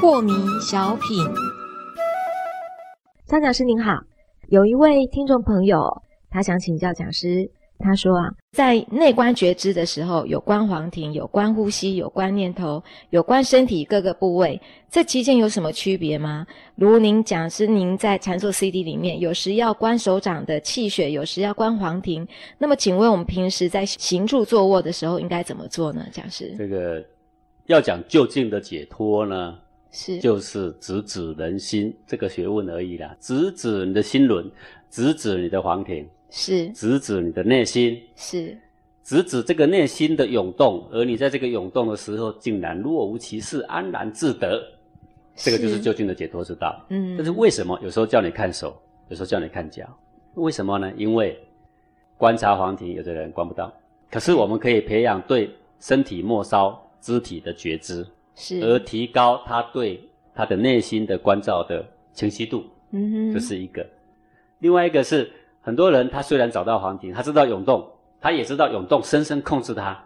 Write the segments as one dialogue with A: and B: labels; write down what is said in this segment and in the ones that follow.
A: 破迷小品。张讲师您好，有一位听众朋友，他想请教讲师，他说啊，在内观觉知的时候，有关黄庭，有关呼吸，有关念头，有关身体各个部位，这期间有什么区别吗？如您讲师您在禅坐 CD 里面，有时要关手掌的气血，有时要关黄庭，那么请问我们平时在行住坐卧的时候应该怎么做呢？讲师
B: 这个要讲就近的解脱呢，
A: 是
B: 就是直指人心这个学问而已啦，直指你的心轮，直指你的黄庭，
A: 是
B: 直指你的内心，
A: 是
B: 直指这个内心的涌动，而你在这个涌动的时候，竟然若无其事，安然自得，这个就是就近的解脱之道。
A: 嗯，
B: 但是为什么有时候叫你看手，有时候叫你看脚？为什么呢？因为观察黄庭，有的人观不到，可是我们可以培养对身体末梢、肢体的觉知，
A: 是
B: 而提高他对他的内心的关照的清晰度，
A: 嗯哼，
B: 这是一个。另外一个是，很多人他虽然找到黄庭，他知道涌动，他也知道涌动深深控制他，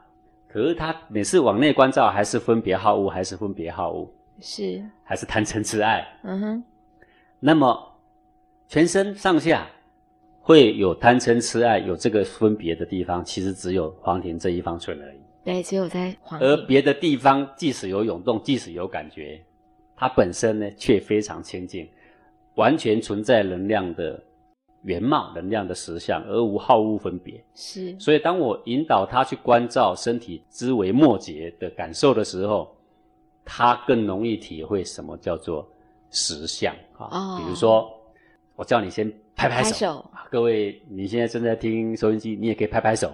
B: 可是他每次往内关照，还是分别好恶，还是分别好恶，
A: 是
B: 还是贪嗔痴爱。
A: 嗯哼
B: 那么全身上下会有贪嗔痴爱有这个分别的地方，其实只有黄庭这一方寸而已。
A: 对，只有在黄
B: 而
A: 庭
B: 别的地方即使有涌动，即使有感觉，它本身呢却非常清净，完全存在能量的原貌、能量的实相，而无好恶分别。
A: 是
B: 所以，当我引导他去关照身体之为末节的感受的时候，他更容易体会什么叫做实相啊。
A: 哦
B: 比如说，我叫你先拍拍手，
A: 拍手
B: 啊各位，你现在正在听收音机，你也可以拍拍手。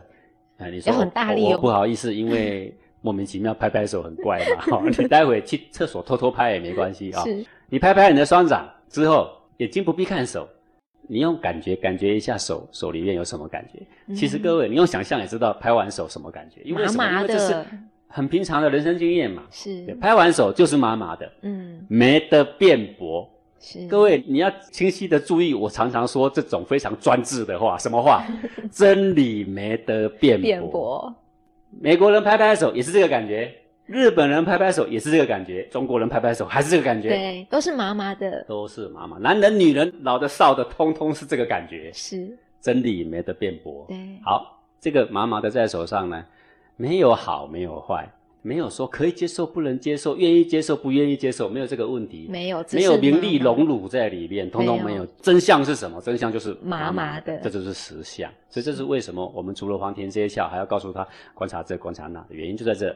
B: 啊，你说
A: 要很大力哦
B: 我我不好意思，因为莫名其妙拍拍手很怪嘛。 哈、你待会去厕所偷偷拍也没关系啊、
A: 是
B: 你拍拍你的双掌之后，眼睛不必看手，你用感觉感觉一下手手里面有什么感觉。
A: 嗯
B: 其实各位，你用想象也知道拍完手什么感觉，因为什么？
A: 麻麻
B: 因为这是
A: 的嗯
B: 很平常的人生经验嘛。对
A: 是
B: 拍完手就是麻麻的，
A: 嗯
B: 没得辩驳。
A: 是
B: 各位，你要清晰的注意，我常常说这种非常专制的话，什 么话？真理没得辩
A: 辩
B: 驳。
A: 驳
B: 美国人拍拍手也是这个感觉，日本人拍拍手也是这个感觉，中国人拍拍手还是这个感觉。
A: 对，都是麻麻的，
B: 都是妈妈，男人、女人、老的、少的，通通是这个感觉，
A: 是
B: 真理没得辩驳。
A: 对
B: 好，这个麻麻的在手上呢，没有好，没有坏，没有说可以接受、不能接受、愿意接受、不愿意接受，没有这个问题，
A: 没有
B: 没有名利
A: 龙
B: 荣辱在里面，通通
A: 没
B: 没
A: 有
B: 有。真相是什么？真相就是
A: 麻麻的
B: 这就是实相。所以这是为什么我们除了黄庭这一窍，还要告诉他观察这、观察那的原因就在这。